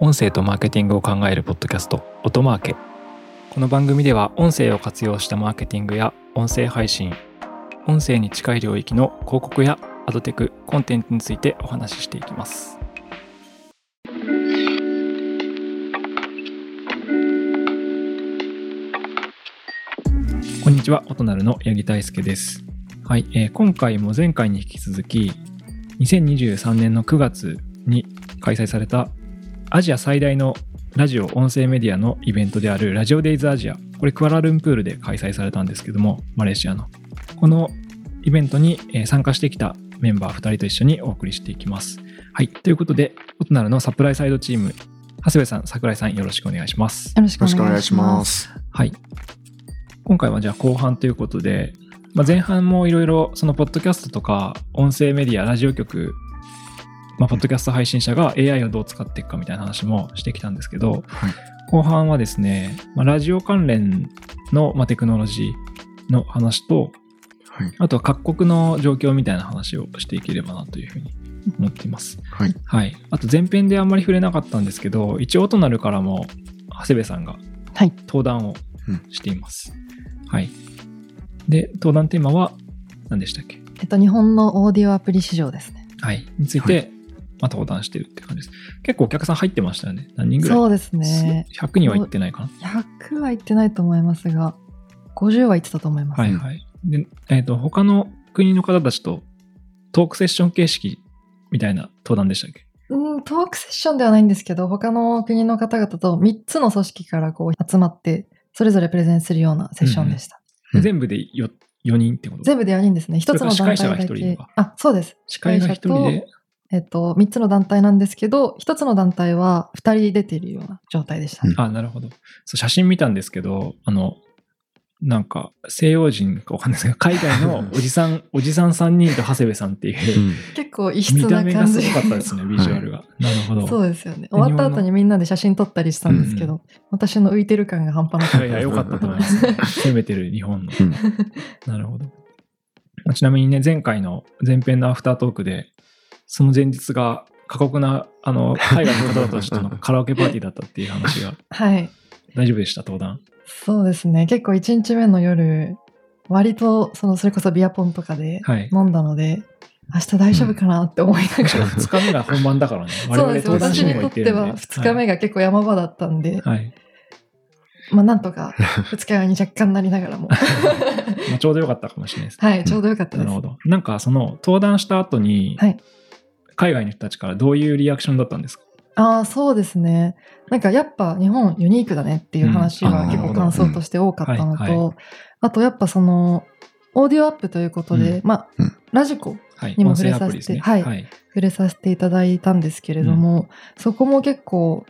音声とマーケティングを考えるポッドキャスト音マーケこの番組では音声を活用したマーケティングや音声配信音声に近い領域の広告やアドテクコンテンツについてお話ししていきますこんにちは音なるの八木大輔ですはい、えー今回も前回に引き続き2023年の9月に開催されたアジア最大のラジオ音声メディアのイベントであるラジオデイズアジアこれクアラルンプールで開催されたんですけどもマレーシアのこのイベントにえー参加してきたメンバー2人と一緒にお送りしていきますはいということでオトナルのサプライサイドチーム長谷部さん桜井さんよろしくお願いしますよろしよろしくお願いしま。す。はい。今回はじゃあ後半ということで、まあ、前半もいろいろそのポッドキャストとか音声メディア、ラジオ局、まあ、ポッドキャスト配信者が AI をどう使っていくかみたいな話もしてきたんですけど、はい後半はですね、まあ、ラジオ関連の、まあ、テクノロジーの話と、はい。あとは各国の状況みたいな話をしていければなというふうに思っています。はい。はい。あと前編であんまり触れなかったんですけど、一応となるからも、長谷部さんがはい登壇をしています。はい。で、登壇テーマは何でしたっけえっと、日本のオーディオアプリ市場ですね。はい。についはて、まあ、登壇してるって感じです。結構お客さん入ってましたよね。何人ぐらいそうですね。 100人は行ってないかな。 100は行ってないと思いますが、50は行ってたと思います。はいはい。で、えっ、と、他の国の方たちとトークセッション形式みたいな登壇でしたっけうん、トークセッションではないんですけど、他の国の方々と3つの組織からこう集まって、それぞれプレゼンするようなセッションでした。うん全部で 4, 4人ってこと全部で4人ですね。1つの団体それから司会者がだ一人けとか。あ、そうです。司会が1人で。えっと、3つの団体なんですけど、1つの団体は2人出てるような状態でした。うんあ、なるほど。そう写真見たんですけど、あの、なんか西洋人かわかんないですけど、海外のおじさん、おじさん3人と長谷部さんっていう、結構異質見たな目が感すじ。ごかったですね、ビジュアルが。なるほど。そうですよね。終わった後にみんなで写真撮ったりしたんですけど、私の浮いてる感が半端なかっいやいや、良かったと思います、攻めてる日本の。うんなるほど。まあちなみにね、前回の前編のアフタートークで、その前日が過酷な、あの、海外の方たちとのカラオケパーティーだったっていう話が、た。はい。大丈夫でした、登壇。そうですね。結構1日目の夜、割と、その、それこそビアポンとかではい飲んだので、明日大丈夫かなって思いな がら、 2日目が本番だからね、我 そう々ですね。登壇私者ににもと行っっててるんで。は2日目が結構山場だったんで、はい。はいまあなんとか2日目に若干なりなが らも。まあ、ちょうどよかったかもしれないです。 はい、ちょうどよかったなでるすほ。ど。なんかその登壇した後に、はい海外の人たちからどういうリアクションだったんですかああ、そうですね。なんかやっぱ日本ユニークだねっていう話うんあはー結構感想として多かったのなるほどうんと、あとやっぱその、オーディオアップということで、まあうん、ラジコはいにも音声触アプれさせてリですね。はい触れさせていただいたんですけれども、そこも結構、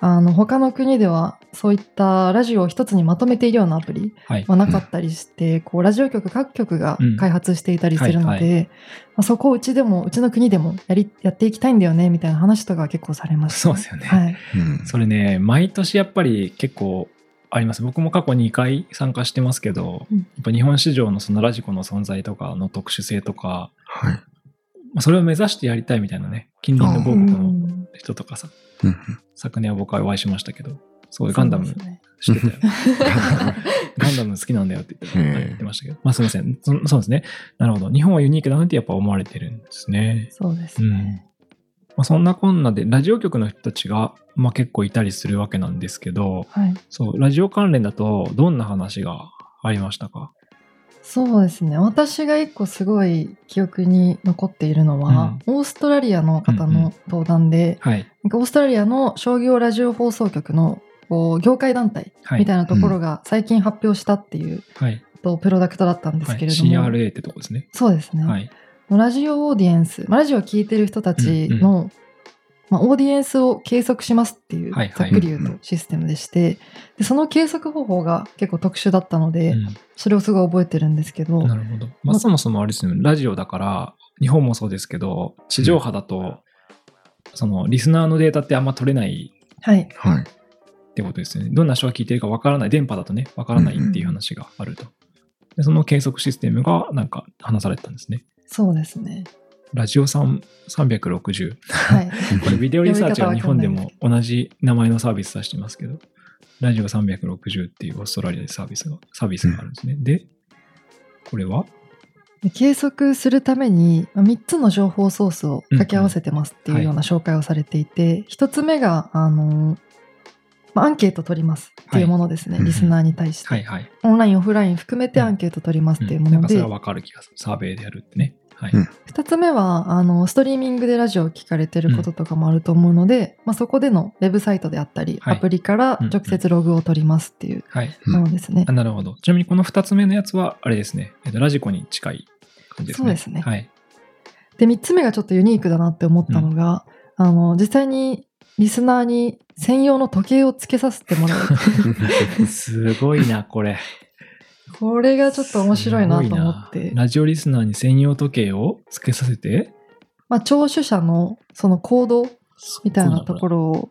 あの、他の国ではそういったラジオを一つにまとめているようなアプリはいはなかったりして、こう、ラジオ局各局がうん開発していたりするのはいはで、まあそこをうちでも、うちの国でもやり、やっていきたいんだよね、みたいな話とかは結構されました。そうですよね、はい。うんそれね、毎年やっぱり結構あります。僕も過去2回参加してますけど、うんやっぱ日本市場のそのラジコの存在とかの特殊性とか、はい。まあそれを目指してやりたいみたいなね、近隣の某う国のん人とかさ、うん昨年は僕はお会いしましたけど、そういうガンダムそうですね知ってたよ。 ガンダム好きなんだよって言ってへえ言ってましたけど。まあすいませんそ。そうですね。なるほど。日本はユニークだなってやっぱ思われてるんですね。そうですうん。ね。まあ、そんなこんなで、ラジオ局の人たちが、まあ、結構いたりするわけなんですけど、はい。そう、ラジオ関連だとどんな話がありましたかそうですね。私が一個すごい記憶に残っているのは、オーストラリアの方の登壇で、はい。なんかオーストラリアの商業ラジオ放送局のこう業界団体はい。みたいなところが最近発表したっていう、はい。とプロダクトだったんですはい、けれども、 CRA ってとこですね。そうですね、はい。ラジオオーディエンス、まあラジオを聴いてる人たちの、まあ、オーディエンスを計測しますっていう、はいはいざっくり言うとシステムでして、でその計測方法が結構特殊だったので、うそれをすごい覚えてるんですけどん、なるほど。まあ、そもそもあれですね、ラジオだから、日本もそうですけど、地上波だと、その、リスナーのデータってあんま取れないはい、はい。ってことですよね。どんな人が聞いてるかわからない、電波だとね、わからないっていう話があると。でその計測システムがなんか話されてたんですね。そうですね。ラジオさん360。 はい。これビデオリサーチは呼日び方わ本かんなでいも同じ名前のサービスさしてますけど、ラジオ360っていうオーストラリアでサービスが、サービスがあるんですね。で、これはで計測するために3つの情報ソースを掛け合わせてますっていうような紹介をされていて、1つ目があの、まあアンケート取りますっていうものですね、はいリスナーに対して、はいはい。オンラインオフライン含めてアンケート取りますっていうもなんのかで、それはわかる気がする。サーベイでやるってね。はい。うん2つ目はあのストリーミングでラジオを聞かれてることとかもあると思うので、まあ、そこでのウェブサイトであったり、はいアプリから直接ログを取りますっていうはい。うんものですね、あなるほど。ちなみにこの2つ目のやつは、あれですね、えっとラジコに近い感じですね。そうですねはい。で3つ目がちょっとユニークだなって思ったのが、あの実際にリスナーに専用の時計をつけさせて もらうすごいな、これ。これがちょっと面白いなと思っすごていなラジオリスナーに専用時計をつけさせて、まあ、聴取者のその行動みたいなところを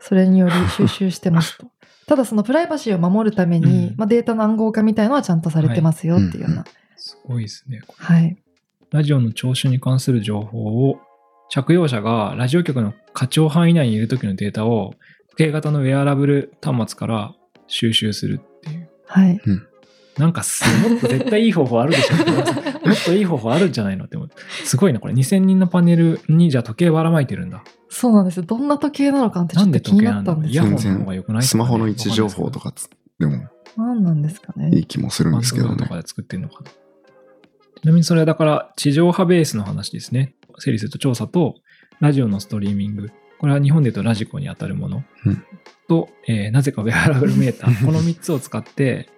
それにより収集してま すとただそのプライバシーを守るために、うんまあ、データの暗号化みたいのはちゃんとされてますよっていうような、すごいですね。はい、ラジオの聴取に関する情報を、着用者がラジオ局の課長範囲内にいる時のデータを、時計型のウェアラブル端末から収集するっていう。はい、なんかす、もっと絶対いい方法あるでしょ。 もっといい方法あるんじゃないのって思う。すごいな、これ。2000人のパネルに、じゃあ時計ばらまいてるんだ。そうなんですどんな時計なのかってちょなっんとで気に時計ななったんのでイすヤホンけの全然方が良くないスマホの位置情報とかかつでも何なんですかいねい気もするんわかんないでですすけけど。バンドと。どねかで作ってんのかな。ちなみにそれはだから、地上波ベースの話ですね。整理すると調査と、ラジオのストリーミング。これは日本で言うとラジコに当たるもの。うんと、えーなぜかウェアラブルメーター。この3つを使って、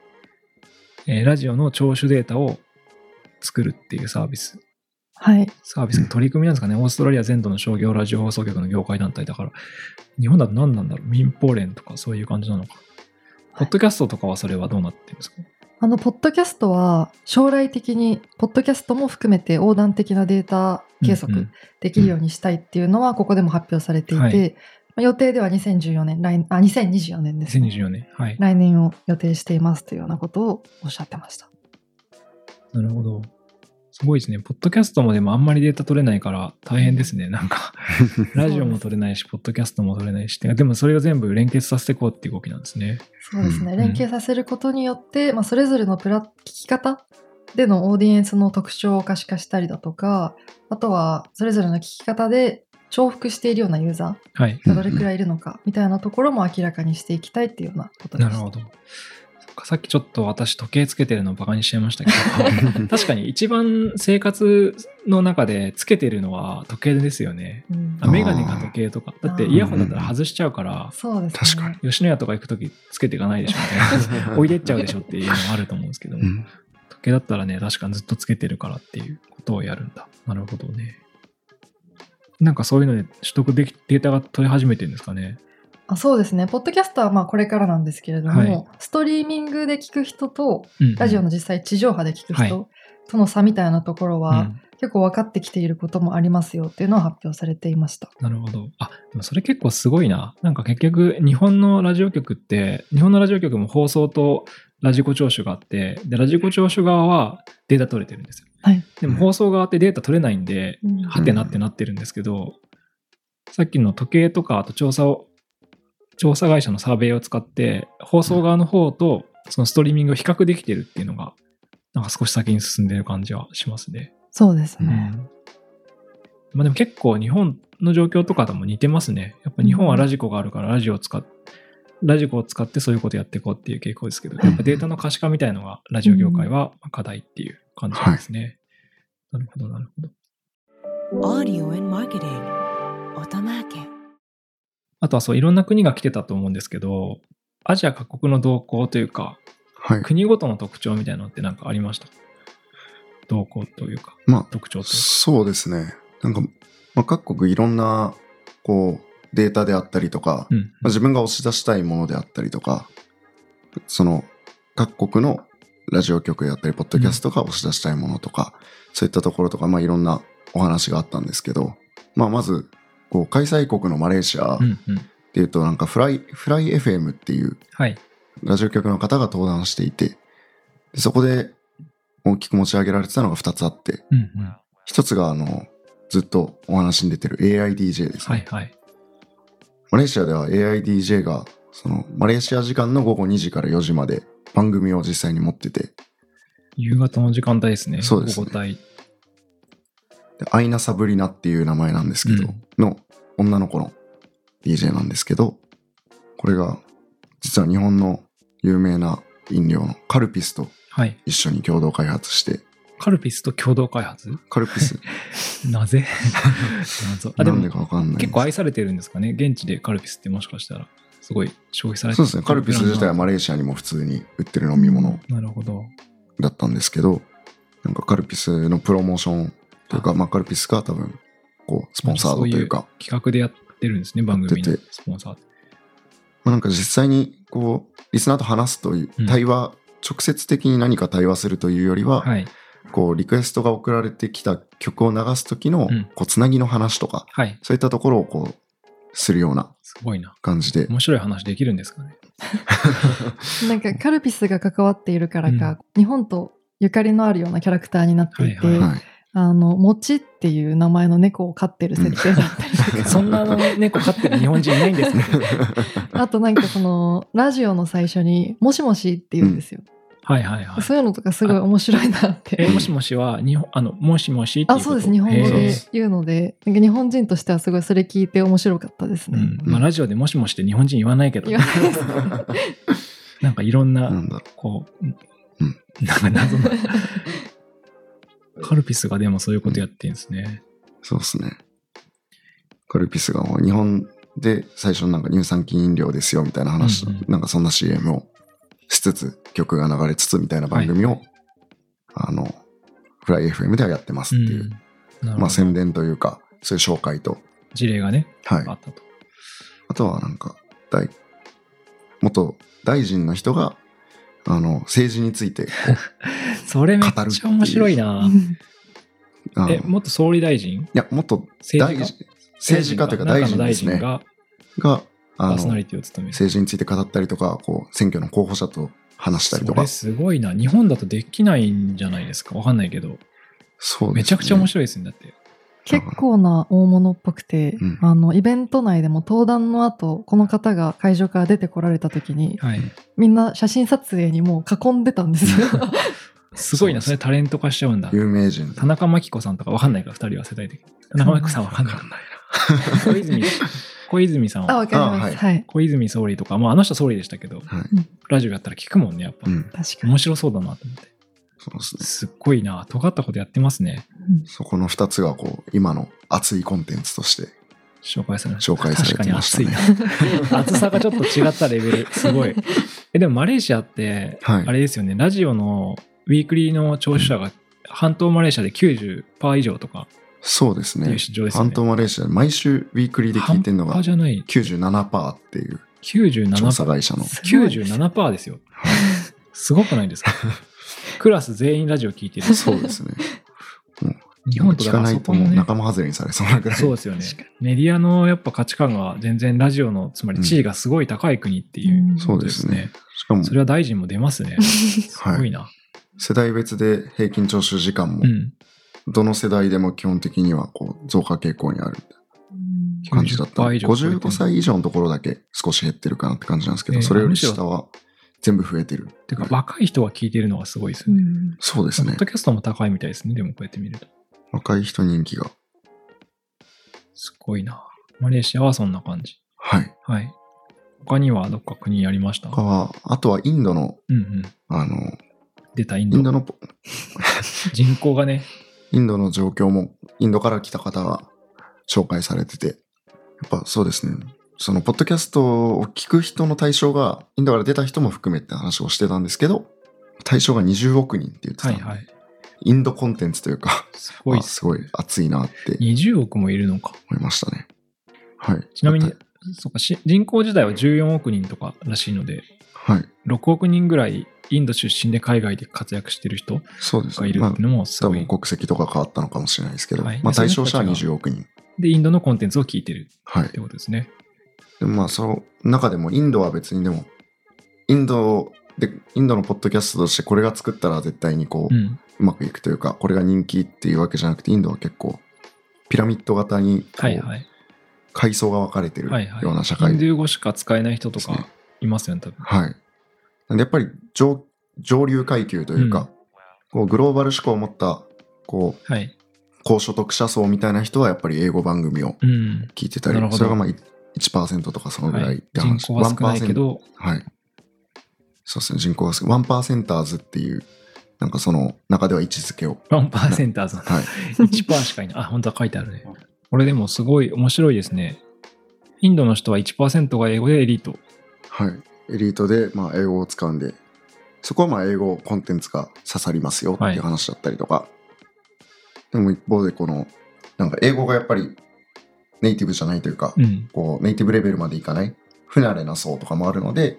えーラジオの聴取データを作るっていうサービス。はいサービスの取り組みなんですかね、オーストラリア全土の商業ラジオ放送局の業界団体だから、日本だと何なんだろう、民放連とかそういう感じなのか。ポッドキャストとかはそれはどうなってるんですか、あの、ポッドキャストは将来的に、ポッドキャストも含めて横断的なデータ計うんう測んできるようにしたいっていうのは、ここでも発表されていて、はいまあ予定では2014年、来あ2024年です、ね。 2024年。はい。来年を予定していますというようなことをおっしゃってました。なるほど。すごいですね。ポッドキャストもでもあんまりデータ取れないから大変ですね。なんか、ラジオも取れないし、ポッドキャストも取れないし、でもそれを全部連結させていこうっていう動きなんですね。そうですね。うん連携させることによって、まあ、それぞれのプラ聞き方でのオーディエンスの特徴を可視化したりだとか、あとはそれぞれの聞き方で重複しているようなユーザー、はい。がどれくらいいるのかみたいなところも明らかにしていきたいっていうようなことでなす。るほど。そっかさっきちょっと私時計つけてるのをバカにしちゃいましたけど、 確かに一番生活の中でつけてるのは時計ですよね。うんあメガネか時計とか。だってイヤホンだったら外しちゃうから、そうですね。確かに吉野家とか行くときつけていかないでしょ みたいな。置いてっちゃうでしょっていうのもあると思うんですけど、うん時計だったらね、確かにずっとつけてるからっていうことをやるんだ。なるほどね。なんかそういうので取得でき、データが取り始めてるんですかね。あそうですね。ポッドキャストはまあこれからなんですけれども、はいストリーミングで聞く人とうんラジオの実際地上波で聞くはい人との差みたいなところうはん結構分かってきていることもありますよっていうのは発表されていました。なるほど。あ、でもそれ結構すごいな。なんか結局、日本のラジオ局って、日本のラジオ局も放送とラジコ聴取があって、で、ラジコ聴取側はデータ取れてるんですよ。はいでも放送側ってデータ取れないんで、うんはてなってなってるんですけど、さっきの時計とか、あと調査を、調査会社のサーベイを使って、放送側の方とそのストリーミングを比較できてるっていうのが、なんか少し先に進んでる感じはしますね。そうですうね。んまあでも結構日本の状況とかとも似てますね。やっぱ日本はラジコがあるからラジオを使っラジコを使ってそういうことやっていこうっていう傾向ですけど、やっぱデータの可視化みたいのがラジオ業界は課題っていう感じなんですね。なるほど、なるほど。 Audio and Marketing. Otomarket. あとはそう、いろんな国が来てたと思うんですけど、アジア各国の動向というか、はい。国ごとの特徴みたいなのってなんかありました動向というか、まあ、特徴というか。そうですね。なんか、まあ、各国いろんな、こう、データであったりとか、うんまあ、自分が押し出したいものであったりとか、その、各国のラジオ局であったり、ポッドキャストが押し出したいものとか、そういったところとか、まあ、いろんなお話があったんですけど、まあ、まず、こう、開催国のマレーシアっうんうん。ていうと、なんか、フライ、フライ FM っていう、はい。ラジオ局の方が登壇していて、でそこで大きく持ち上げられてたのが2つあって、うんうん。 1つがあの、ずっとお話に出てる AIDJ ですね、はいはい。マレーシアでは AIDJ がそのマレーシア時間の午後2時から4時まで番組を実際に持ってて夕方の時間帯ですね。そうです午ね後帯。でアイナ・サブリナっていう名前なんですけど、うんの女の子の DJ なんですけど、これが実は日本の有名な飲料のカルピスとはい。一緒に共同開発して、カルピスと共同開発カルピスな ぜ謎。 あ、でなんでもかわかんないんです結構愛されてるんですかね。現地でカルピスってもしかしたら、すごい消費されてそうですね、カルピス自体はまマレーシアにも普通に売ってる飲み物なるほど。だったんですけど、なんかカルピスのプロモーションというか、あまあカルピスが多分、こう、スポンサードというか、企画でやってるんですね、番組やのってスポンサー。まあ、なんか実際にこうリスナーと話すといううん対話、直接的に何か対話するというよりは、はい。こうリクエストが送られてきた曲を流す時のうんこうつなぎの話とか、はい。そういったところをこうするようなすごいな。感じで、面白い話できるんですかね。なんかカルピスが関わっているからか、日本とゆかりのあるようなキャラクターになっていて、はいはい、あの、もちっていう名前の猫を飼ってる設定だったりと か、そんな猫飼ってる日本人いないんですね。あとなんかその、ラジオの最初に、もしもしって言うんですよ。 はいはいはい。そういうのとかすごい面白いなって。え、もしもしは、日本、あの、もしもしっていあうことそうです日本語へでー言うのでなんか日本人としてはすごいそれ聞いて面白かったですうね。ん。まあ、ラジオでもしもしって日本人言わないけど言、わない ですなんかいろんな、なんだろこう、うんなんか謎な。カルピスがでもそういうことやってるんですね。うそうですねカルピスがもう日本で最初のなんか乳酸菌飲料ですよみたいな話、うんうんなんかそんな CM をしつつ曲が流れつつみたいな番組を、あのフライ FM ではやってますっていう、うんなるほどまあ、宣伝というか、そういう紹介と、事例がね、はいあ。ったと。あとはなんか、大、元大臣の人が、あの、政治についてこそれめっちゃ面白いな。う、あのえ、い元総理大臣や、元大政治臣、政治家というか大臣ですね中の大臣。がが、パあーソナの、リティを務める。政治について語ったりとか、こう、選挙の候補者と話したりとそかれ。すごいな。日本だとできないんじゃないですか。わかんないけど。そうめちゃくちゃ面白白いですね。だって。結構な大物っぽくて、うんあのイベント内でも登壇の後この方が会場から出てこられた時にはい。みんな写真撮影にもう囲んでたんです よ。すごいな。そそうれタレント化しちゃうんだい。。有名人。田中真紀子さんとかわかんないから、二人は世代的に。田中真紀子さんわかんない。小泉、小泉さんあは。わかります、あはいはい。小泉総理とか、まああの人は総理でしたけど、はい。ラジオやったら聞くもんね、やっぱう。ん。確かに。面白そうだなと思って。そうですね。すっごいな。尖ったことやってますね。そこの二つが、こう、今の熱いコンテンツとして紹介されました紹介されてましたね。確かに熱いな。熱さがちょっと違ったレベル。すごい。え、でもマレーシアって、はいあれですよね、ラジオのウィークリーの聴取者が、半島マレーシアで90%以上とかそうですっていねう。市場ですよね。半島マレーシアで毎週ウィークリーで聞いてるの半が端じゃない。 97%っていう調査97%。会社のすごいです97%ですよ。すごくない ですかクラス全員ラジオ聞いてる。そうですね日本と聞だかからなそいとこのもうね、仲間外れにされそうなぐらいそうですよね確か。メディアのやっぱ価値観が全然ラジオの、つまり地位がすごい高い国っていう、うんそうですねしかもそれは大臣も出ますね。すごいな。世代別で平均徴収時間もうん。どの世代でも基本的にはこう増加傾向にある感じだった90%以上超えてる55歳以上のところだけ少し減ってるかなって感じなんですけど、ええそれより下は全部増えてるてか、若い人が聞いてるのがすごいですうね。んそうですポねッドキャストも高いみたいですね。でもこうやって見ると。若い人人気がすごいな。マレーシアはそんな感じ。はいはい。他にはどっか国ありました他はあとはインドのうんうん。あの出たインイド。ンドのポ人口が ね、インドの状況も、インドから来た方が紹介されてて、やっぱそうですね、そのポッドキャストを聞く人の対象が、インドから出た人も含めて話をしてたんですけど、対象が20億人って言ってたはんいで、はい。インドコンテンツというか、すごいあっす。すごい熱いなって20億もいるのか。思いましたね。はい。ちなみにだって、そうか、し人口自体は14億人とからしいので、はい。 6億人ぐらいインド出身で海外で活躍してる人そうですがいね。るまっあていうのもす多ごい。分国籍とか変わったのかもしれないですけど、はいまあで対象者はその人たちが20億人。で、インドのコンテンツを聞いてるはいっ。てことですね。でもまあその中でもインドは別にでもインドでインドのポッドキャストとしてこれが作ったら絶対にこう、う。うんまくいくというかこれが人気っていうわけじゃなくてインドは結構ピラミッド型にこうはいはい。階層が分かれてるはいはい。ような社会ヒンでドゥー語しか使えない人とすねか。いますよね、多分。はい。なんでやっぱり上上流階級というか、こうグローバル志向を持ったこうはい。高所得者層みたいな人はやっぱり英語番組をうん。聞いてたなるり、ほどそれがまあい1%とかそのぐらはいっい、て人話、口は少ないけど、はい。そうですね、人口が少ない。ワンパーセンターズっていう、なんかその中では位置づけを。ワンパーセンターズのはい。 1%しかいない。あ、本当は書いてあるね。これでもすごい面白いですね。インドの人は1%が英語でエリート。はい。エリートで、まあ、英語を使うんで、そこはまあ、英語コンテンツが刺さりますよってはいいう話だったりとか、でも一方で、この、なんか英語がやっぱりネイティブじゃないというか、うん。こう、ネイティブレベルまでいかない、不慣れな層とかもあるので、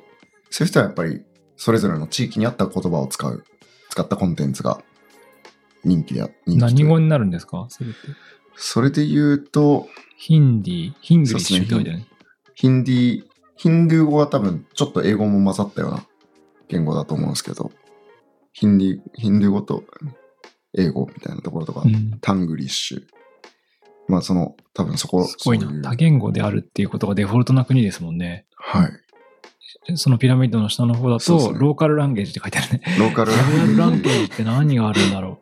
そういう人はやっぱり、それぞれの地域に合った言葉を使う、使ったコンテンツが人気であ、人気という何語になるんですかそれって。それで言うと、ヒンディー、ヒングリッシュみたいなね。ヒンディー、ヒンドゥー語は多分ちょっと英語も混ざったような言語だと思うんですけど、ヒンディー、ヒンドゥー語と英語みたいなところとか、うん。タングリッシュ。まあその、多分そこ、すごいそううな。多言語であるっていうことがデフォルトな国ですもんね。はい。そのピラミッドの下の方だそうでと、すねローカルランゲージって書いてある ね。ローカルローカルランゲージって何があるんだろ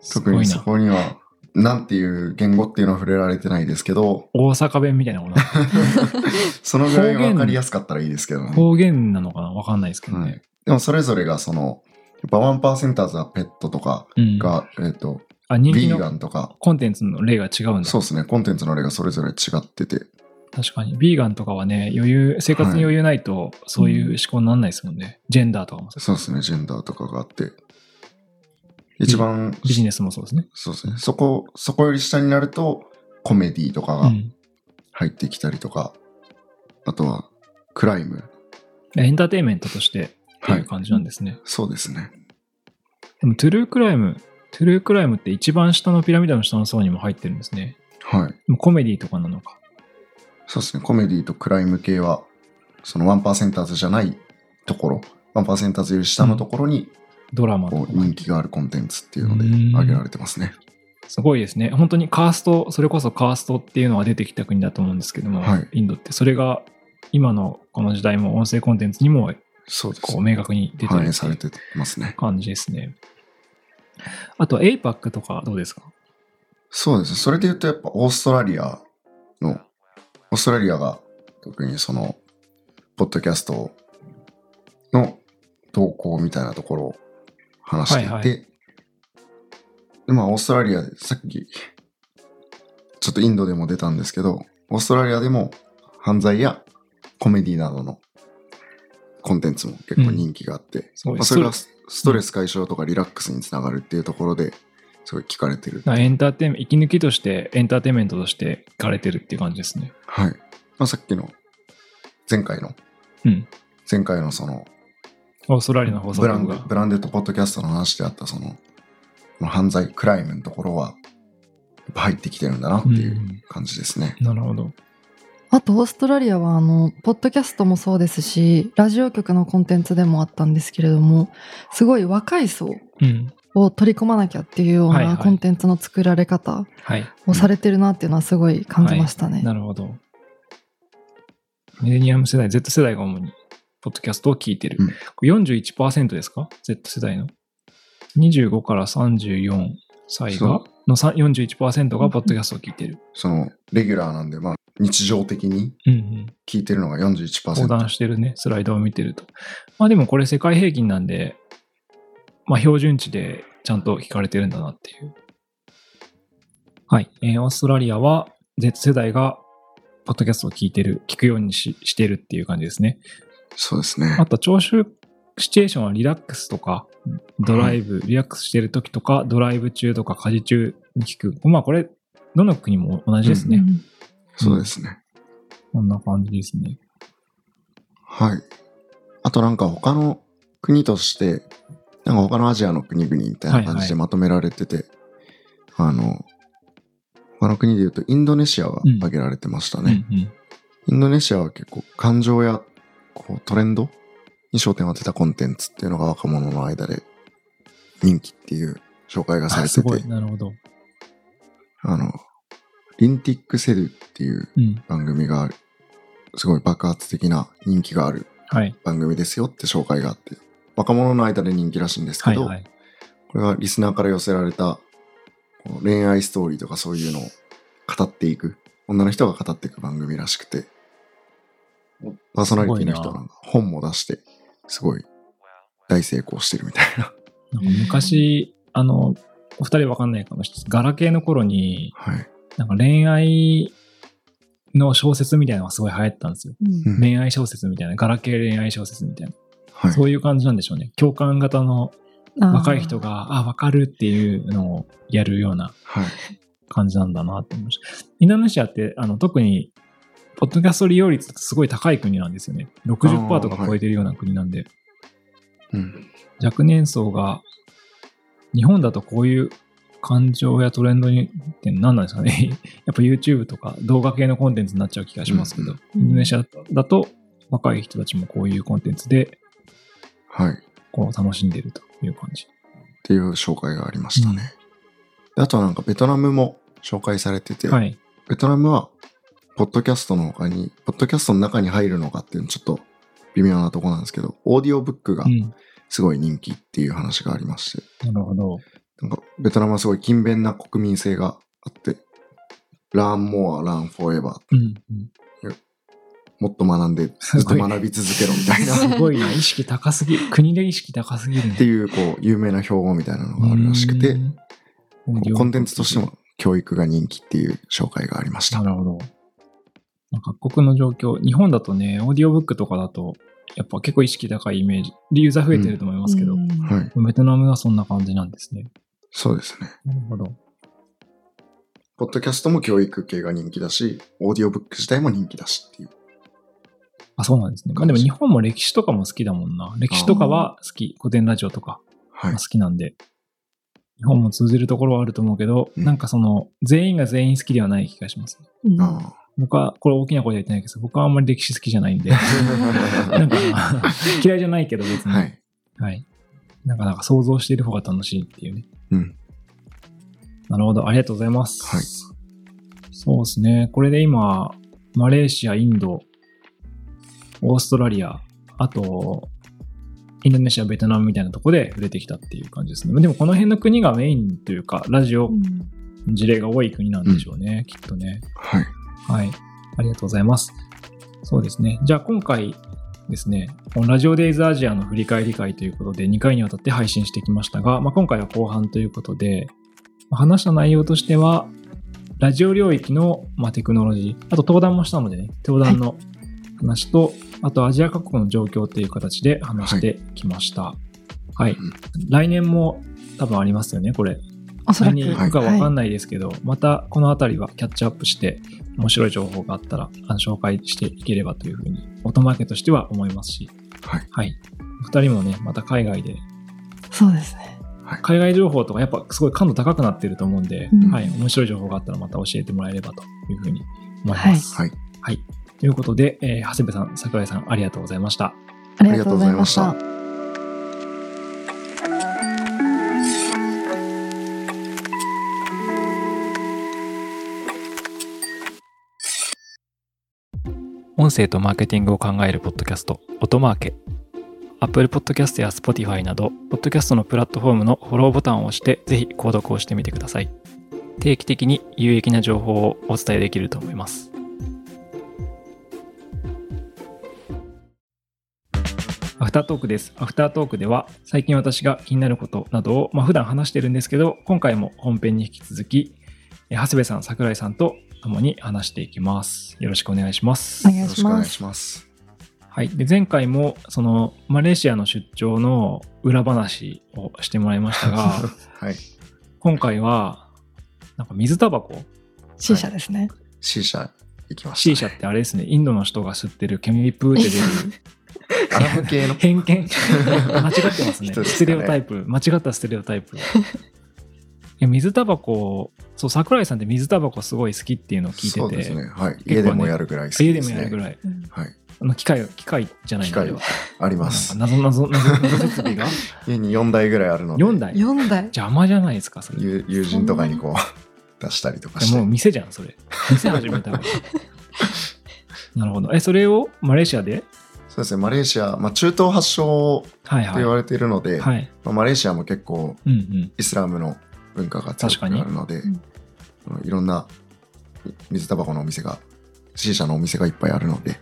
う。す特ごにいそな。こには、なんていう言語っていうのは触れられてないですけど、 大阪弁みたいなもの。そのぐらい分かりやすかったらいいですけどね。方言なのかなわかんないですけどはねい。、でもそれぞれがその、やっぱワンパーセンターズはペットとかうん。が、えっ、と、あ、人気ビーガのンとか、コンテンツの例が違うんだそ。うですね、コンテンツの例がそれぞれ違ってて、確かに。ビーガンとかはね、余裕、生活に余裕ないと、そういう思考にならないですもんね。ジェンダーとかもそうそうですね、ジェンダーとかがあって、一番、ビジネスもそうですね。そうですね、そこ、そこより下になると、コメディとかうがん。入ってきたりとか、あとは、クライム。エンターテインメントとしてって、はいいう感じなんですね。そうですね。でも、トゥルークライム、トゥルークライムって一番下のピラミッドの下の層にも入ってるんですね。はい。でもコメディとかなのか。そうですね、コメディとクライム系は、そのワンパーセンターズじゃないところ、ワンパーセンターズより下のところに、ドラマとこかう、。人気があるコンテンツっていうのでうん、挙げられてますね。すごいですね。本当にカースト、それこそカーストっていうのが出てきた国だと思うんですけども、はいインドって。それが今のこの時代も音声コンテンツにもそうですこうね。明確に出てる反ってい映うされてますね。感じですね。あと、APAC とかどうですかそうですね。それで言うと、やっぱオーストラリアの、オーストラリアが特にその、ポッドキャストの投稿みたいなところを話していて、はいはで、まあ、オーストラリアで、さっき、ちょっとインドでも出たんですけど、オーストラリアでも犯罪やコメディなどのコンテンツも結構人気があって、そうまあ、それがスストレス解消とかリラックスにつながるっていうところですごい聞かれてる。エンターテインメント、息抜きとして、エンターテインメントとして行かれてるっていう感じですね。はい。まあ、さっきの、前回の、うん前回のそのオーストラリアの放送ブラン局ド、が。ブランデッドポッドキャストの話であったその、この犯罪、クライムのところは、やっぱ入ってきてるんだなっていんううん感じですね。なるほど。あとオーストラリアはあのポッドキャストもそうですしラジオ局のコンテンツでもあったんですけれどもすごい若い層うん。を取り込まなきゃっていうようはいはいなコンテンツの作られ方はい。をされてるなっていうのはすごい感じましたね。なるほど。ミレニアム世代、Z 世代が主に、ポッドキャストを聞いてる。うんこれ41%ですか ?Z 世代の。25から34歳がそ、のさ41%がポッドキャストを聞いてる。その、レギュラーなんで、まあ、日常的にうんうん。聞いてるのが横41%。断してるね、スライドを見てると。まあでもこれ世界平均なんで、まあ標準値でちゃんと聞かれてるんだなっていう。はい。えーオーストラリアは Z 世代がポッドキャストを聞いてる、聞くようにししてるっていう感じですね。そうですね。あと、聴取シチュエーションはリラックスとか、ドライブ、リラックスしてる時とか、ドライブ中とか家事中に聞く。まあこれ、どの国も同じですね。うんそうですね。こんな感じですね。はい。あとなんか他の国として、なんか他のアジアの国々みたいな感はいはじいでまとめられてて、あの、他の国で言うとインドネシアがうん挙げられてましたうんね。うんインドネシアは結構感情やこうトレンドに焦点を当てたコンテンツっていうのが若者の間で人気っていう紹介がさあれすてごい。て、なるほど。あの、リンティックセルっていううん。番組があるすごい爆発的な人気があるはい。番組ですよって紹介があって若者の間で人気らしいんですはけいど、はい。これはリスナーから寄せられたこう恋愛ストーリーとかそういうのを語っていく女の人が語っていく番組らしくてパーソナリティの人なんか本も出してすごい大成功してるみたいな。なんか昔、あの、お二人わかんないかもしれない。ガラケーの頃に、はい、なんか恋愛の小説みたいなのがすごい流行ったんですよ。うん恋愛小説みたいな。ガラケー恋愛小説みたいな。はいそういう感じなんでしょうね。共感型の若い人が。が、あ、わかるっていうのをやるようなはい感じなんだなって思いました。インドネシアって、あの、特に、ポッドキャスト利用率ってすごい高い国なんですよね。60%とか超えてるような国なんで。うん若年層が、日本だとこういう感情やトレンドにって何なんですかね。 やっぱ YouTube とか動画系のコンテンツになっちゃう気がしますけど、うんインドネシアだと若い人たちもこういうコンテンツではい、っこう楽しんでるという感じ。ていう紹介がありましたね。であとはなんかベトナムも紹介されてて、はい。ベトナムは、ポッドキャストの他に、ポッドキャストの中に入るのかっていうのちょっと微妙なとこなんですけど、オーディオブックがうん。すごい人気っていう話がありまして、なるほど。なんかベトナムはすごい勤勉な国民性があって、ランモア、ランフォーエバうー、ん。 もっと学んで、ずっと学び続けろみたいな、すごいな。意識高すぎ。国で意識高すぎるねっていうこう、有名な標語みたいなのがあるらしくて、うん、こうコンテンツとしても教育が人気っていう紹介がありました。なるほど。なんか各国の状況、日本だとね、オーディオブックとかだと、やっぱ結構意識高いイメージ、でユーザー増えてると思いますけど、はい、ベトナムはそんな感じなんですね。そうですね。なるほど。ポッドキャストも教育系が人気だし、オーディオブック自体も人気だしっていう。あ、そうなんですね。まあでも日本も歴史とかも好きだもんな。歴史とかは好き。古典ラジオとかはい好。きなんで。日本も通じるところはあると思うけど、うんなんかその、全員が全員好きではない気がします。うんあ僕は、これ大きな声で言ってないけど、僕はあんまり歴史好きじゃないん で、なん か嫌いじゃないけど別あに。はい。はい。なかなか想像している方が楽しいっていうね。うん。なるほど。ありがとうございます。はい。そうですね。これで今、マレーシア、インド、オーストラリア、あと、インドネシア、ベトナムみたいなとこで触れてきたっていう感じですね。でもこの辺の国がメインというか、ラジオ事例が多い国なんでしょうね、きっとね。はい。はい。ありがとうございます。そうですね。じゃあ今回ですね、このラジオデイズアジアの振り返り会ということで2回にわたって配信してきましたが、まあ、今回は後半ということで、まあ話した内容としては、ラジオ領域の、まあ、テクノロジー、あと登壇もしたのでね、登壇の話と、あとアジア各国の状況っていう形で話してきました。はい。うん来年も多分ありますよね、これ。おそらく。何行くか分かんないですけど、またこの辺りはキャッチアップして面白い情報があったらあの紹介していければというふうに音マーケとしては思いますし、はい。はい、2人もねまた海外でそうですね。海外情報とかやっぱすごい感度高くなってると思うんで、うんはい、面白い情報があったらまた教えてもらえればというふうに思います。はい。はいということで、えー長谷部さん桜井さんありがとうございました。ありがとうございましありがとうございましたた。音声とマーケティングを考えるポッドキャスト、音マーケ。Apple Podcast や Spotify など、ポッドキャストのプラットフォームのフォローボタンを押して、ぜひ購読をしてみてください。定期的に有益な情報をお伝えできると思います。アフタートークです。アフタートークでは、最近私が気になることなどを、まあ普段話してるんですけど、今回も本編に引き続き、え長谷部さん、桜井さんと共に話していきます。よろしくお願いします。お願よいろししくお願まいす。します。はい、で前回もそのマレーシアの出張の裏話をしてもらいましたが はい。今回はなんか水タバコ C 社ですね。 C 社行きました、 C 社ってあれですねインドの人が吸ってる煙プーって出る アラブ系の。偏見間違ってますね人ですかねステレオタイプ間違ったステレオタイプいや水タバコそう桜井さんって水タバコすごい好きっていうのを聞いてて そうですね。はい。ね家でもやるぐらい好き家でですもね。やるぐらいはい。あの機械機械じゃない機のあれ械ははありまなんすか。謎謎謎謎設備 が家に4台ぐらいあるので、 4台4台。邪魔じゃないですかそれ友友人とかにこう、出したりとかいしやてもう店じゃん、 それ。店始めたわ。なるほど。え、それをマレーシアでそうですねマレーシア、まあ、中東発祥はいとはい。言われているので、はい。まあ、マレーシアも結構うんうん。イスラムの文化が強確くかあにるので、うんあのいろんな水タバコのお店が C 社のお店がいっぱいあるので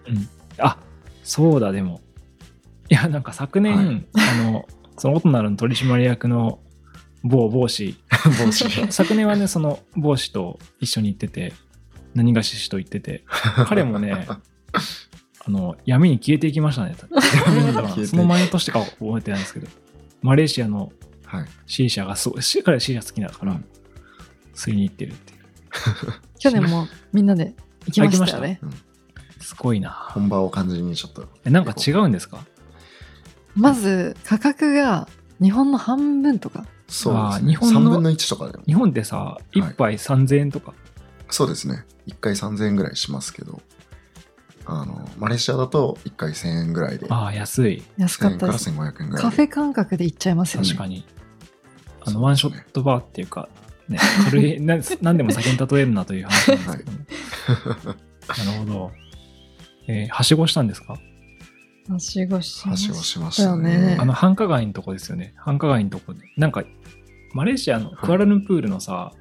あそうだ、でも。いや、なんか昨年、はあの、そのオトナルの取締役の某帽子、 帽子昨年はね、その帽子と一緒に行ってて、何がししと行ってて、彼もね、あの闇に消えていきま したね。消えていくその前の年とか覚えてないんですけど、マレーシアの はい、 C 社がそう、し彼は C 社好きだから、吸いに行ってるっていう。去年もみんなで行きましたよね。うんすごいな。本場を感じにちょっとえなんか違うんですかまず価格が日本の半分とか。そうですあー日ね本の3分の1とかでも日本でさ、い1杯3000円とか。そうですね1回3000円ぐらいしますけどあのマレーシアだと1回1000円ぐらいでああ、安い。安か1000っ円たからです。 1500円ぐらいでカフェ感覚で行っちゃいますよね。確かに。あそうですの、ねワンショットバーっていうか、ね、軽い、 な何でも酒に例えるなという話なんですけど。なるほど。えーはしごしたんですかはしごしまはししょごしましただよねねあの繁華街のとこですよね。繁華街のとこで。なんか、マレーシアのクアラルンプールのさ、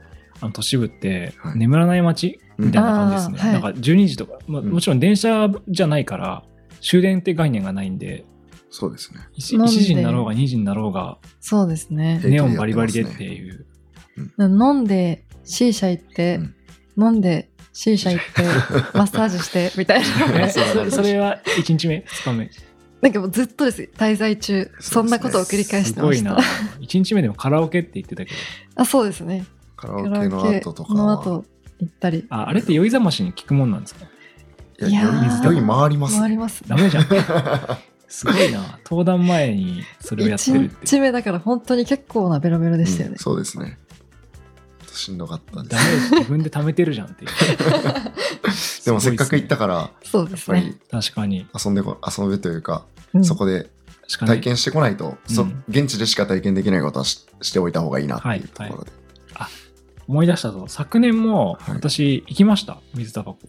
あの都市部ってはい眠らない街みたいな感じですね。うんあーはいなんか12時とか、まあ、うんもちろん電車じゃないから、終電って概念がないんで、そうですね 1, なんで時になろうが2時になろうが、そうですね。平気でネやオっンてますねバリバリでっていう。飲んで C 社行って、飲んで C 社行って、マッサージしてみたいうんえ な。それそれは1日目、2日目。なんかもうずっとです。滞在中、そんなことを繰り返しすてまごいしなた。。 1日目でもカラオケって言ってたけど。あ、そうですね。カラオカケラのオケ後とかのは後行ったり。ああれって酔いざましに効くもんなんですかいいやよーりより回ります回りねますねダ。メ じゃん。すごいな。登壇前にそれをやってるっ1て。日目だから本当に結構なベロベロでしたようねん。そうですねちょっとしんどかったでダすメージ自分で貯めてるじゃんっていう。 でもせっかく行ったかからやそうでっすぱね。りら。確かに。遊んでこ遊ぶというか、うんそこで確かに体験してこないと、そうん現地でしか体験できないことはししておいた方がいいなっていうところで、思い出したぞ。昨年もはい私行きました。水タバコ。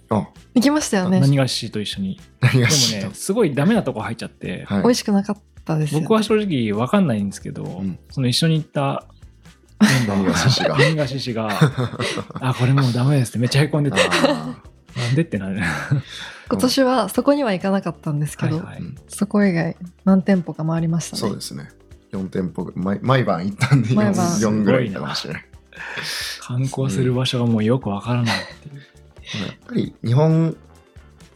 行きましたよね。何がしと一緒に。あ何でがもしね、すごいダメなとこ入っちゃって。はい美味しくなかったですよね。僕は正直わかんないんですけど、んその一緒に行ったメンバー何がししが何がししが、あ、これもうダメですってめっちゃへこんでた。あなんでってなる。今年はそこには行かなかったんですけはいど、はいー、う。んそこ以外何店舗か回りましたね。そうですね4店舗ぐ毎毎晩行ったんで毎晩 4, ぐらい行ったかもしれない観光する場所がもうよくわからないっていう。でもやっぱり日本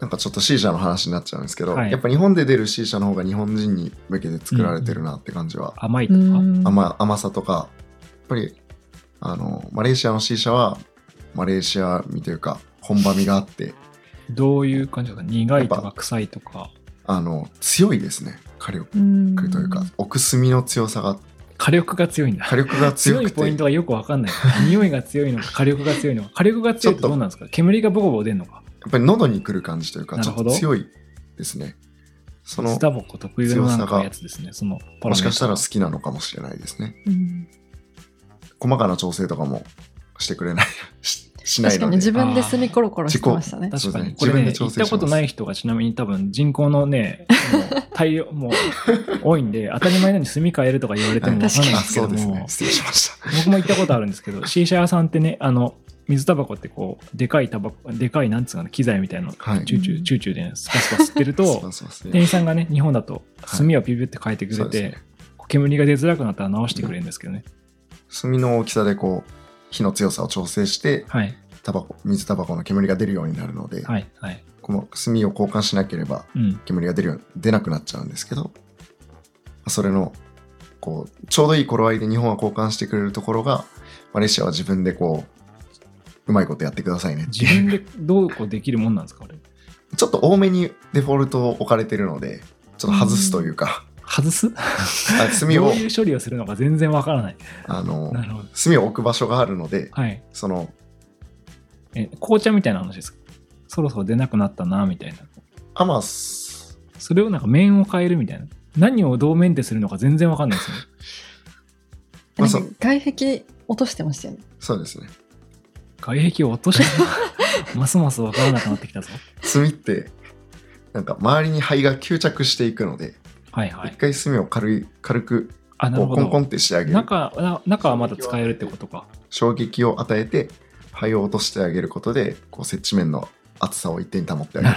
なんかちょっと C 社の話になっちゃうんですけど、はいやっぱ日本で出る C 社の方が日本人に向けて作られてるなって感じは甘いうとか。ん甘甘さとかやっぱりあのマレーシアの C 社はマレーシア味というか本場味があってどういう感じですか苦いとやかっ臭いとか。あの強いですね火力うんというか奥墨の強さが火力が強いんだ。火力が強 強くいてポイントがよくわかんない。匂いが強いの か、火力が強いのか。火力が強いとどうなんですか煙がボコボコ出るのか。やっぱり喉にくる感じというかなちるょっほとど強いですねそのスタボコ特有のなんかやつですね。そのパラメータもーしかしたら好きなのかもしれないですねうん細かな調整とかもしてくれない ししない確かのにで自分で隅コロコロしてましたね。確かに。こそうですねれね、自分で行調っ整しまたすことない人がちなみに多分人口の ね、もう大量、もう多いんで、当たり前のように住み替えるとか言われてもはいわかんないあですけそどうですも、ね失礼しました 僕も行ったことあるんですけど、シーシャ屋さんってね、あの、水タバコってこう、でかいタバコ、でかいなんつうかな、機材みたいなの、はいチューチュー、チューチューでね、スパスパ吸ってると、すいません店員さんがね、日本だと炭をピュピュって変えてくそれうですて、ねこう煙が出づらくなったら直してくれるんですけどね。炭の大きさでこう火の強さを調整してはい、タバコ水タバコの煙が出るようになるので、はい、はい。この炭を交換しなければうん。煙が出るよう出なくなっちゃうんですけどそれのこうちょうどいい頃合いで日本は交換してくれるところがマレーシアは自分でこううまいことやってくださいねって自いう分でどうこうできるもんなんですか、あれ。ちょっと多めにデフォルトを置かれてるのでちょっと外すというか、外すあ炭どをういう処 理をするのか全然わからない。あのなるほど。炭を置く場所があるのではい。そのえ、紅茶みたいな話ですかそろそろ出なくなったな、みたいな。アマスそれをなんか面を変えるみたいな。何をどう面でするのか全然わかんないです よね。まなあそんか外壁落としてましたよね。そうですね外壁を落とした。ますますわからなくなってきたぞ。炭ってなんか周りに灰が吸着していくので、はい一、はい。回炭を軽い軽くあ、なるこうほコンコンどっ。て仕上げる中な中はまだ使えるってことか。衝撃を与えて灰を落としてあげることでこう接地面の厚さを一定に保ってあげる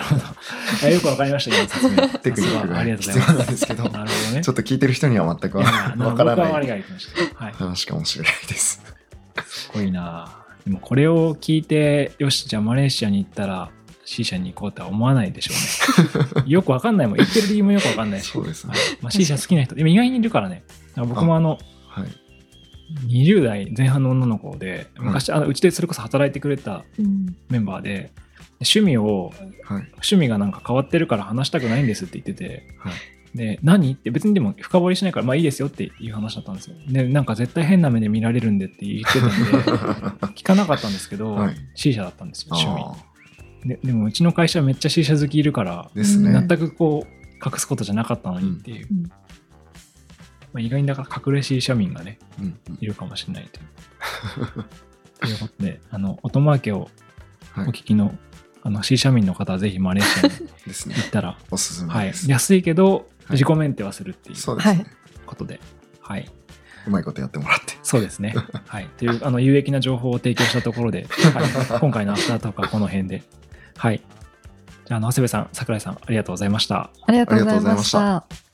あよくわかりました、今の説明。 テクニックさすがありががとうご必ざい要なまんですけどす。なるほどね。ちょっと聞いてる人には全くわいや わから僕はない割がいきました。はい。話かもしれないです。すごいなでもこれを聞いてよしじゃあマレーシアに行ったら C 社に行こうとは思わないでしょ うねよくわかんないもん行ってる理由もよくわかんないし、そうですねはい。まあ、C 社好きな人でも意外にいるからねだから僕もあのはい。 20代前半の女の子で昔あのうちでそれこそ働いてくれたうんメンバーで趣味をはい。趣味がなんか変わってるから話したくないんですって言ってて、はいで何って別にでも深掘りしないからまあいいですよっていう話だったんですよでなんか絶対変な目で見られるんでって言ってた んで聞かなかったんですけど、はい C 社だったんですよ趣あ味ででもうちの会社めっちゃ C 社好きいるからーですね。な全んくこう隠すことじゃなかったのにっていう、うんうんまあ、意外にだから隠れ C 社民がねうんうんいるかもしれないというということであの音マーケをおはい。聞きの,、あの C 社民の方はぜひマレーシアにですね。行 ったらおすすめはいです。安いけどはい自己メンテはするっていうそうですね、はいうことではい、うまいことやってもらって。そうです ねはいというあの有益な情報を提供したところで、はい、今回のアフタートークはこの辺ではいじゃああの長谷部さん桜井さんありがとうございましたありがとうございありがとうございままししたた。